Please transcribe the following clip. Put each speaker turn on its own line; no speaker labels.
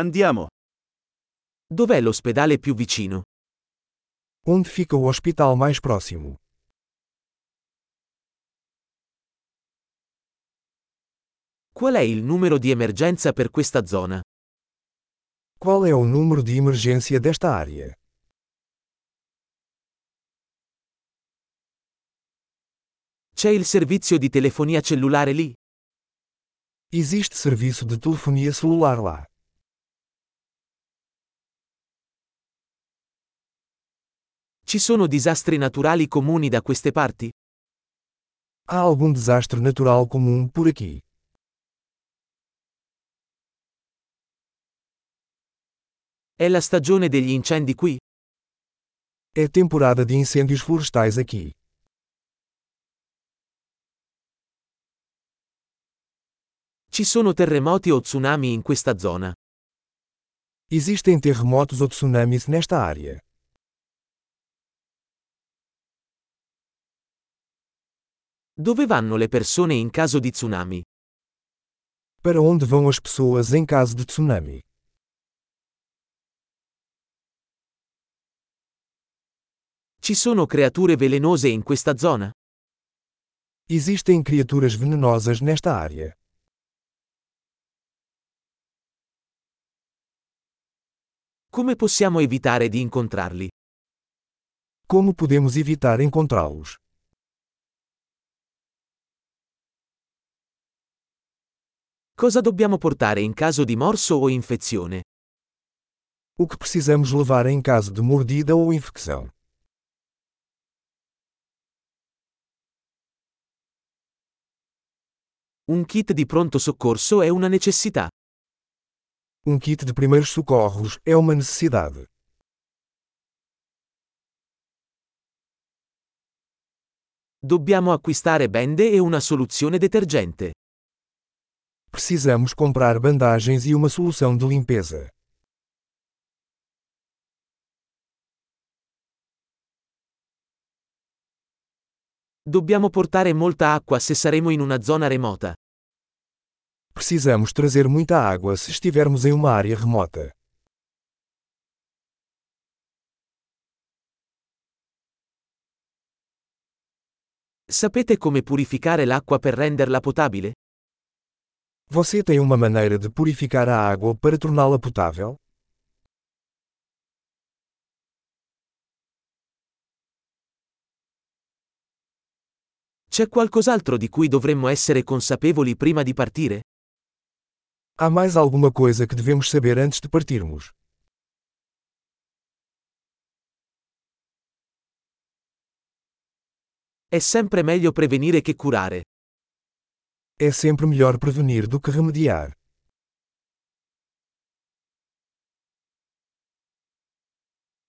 Andiamo. Dov'è l'ospedale più vicino?
Onde fica o hospital mais próximo?
Qual è il numero di emergenza per questa zona?
Qual é o número de emergência desta área?
C'è il servizio di telefonia cellulare lì?
Existe serviço de telefonia celular lá.
Ci sono disastri naturali comuni da queste parti?
Há algum desastre natural comum por aqui?
È la stagione degli incendi qui?
É temporada de incêndios florestais aqui.
Ci sono terremoti o tsunami in questa zona?
Existem terremotos ou tsunamis nesta área.
Dove vanno le persone in caso di tsunami?
Para onde vão as pessoas em caso de tsunami?
Ci sono creature velenose in questa zona?
Existem criaturas venenosas nesta área.
Come possiamo evitare di incontrarli?
Como podemos evitar encontrá-los?
Cosa dobbiamo portare in caso di morso o infezione?
O que precisamos levar em caso de mordida ou infecção?
Un kit di pronto soccorso è una necessità.
Um kit de primeiros socorros é uma necessidade.
Dobbiamo acquistare bende e una soluzione detergente.
Precisamos comprar bandagens e uma solução de limpeza.
Dobbiamo portare molta acqua se saremo in una zona remota.
Precisamos trazer muita água se estivermos em uma área remota.
Sapete come purificare l'acqua per renderla potabile?
Você tem uma maneira de purificar a água para torná-la potável?
C'è qualcos'altro di cui dovremmo essere consapevoli prima di partire?
Há mais alguma coisa que devemos saber antes de partirmos?
È sempre meglio prevenire che curare.
É sempre melhor prevenir do que remediar.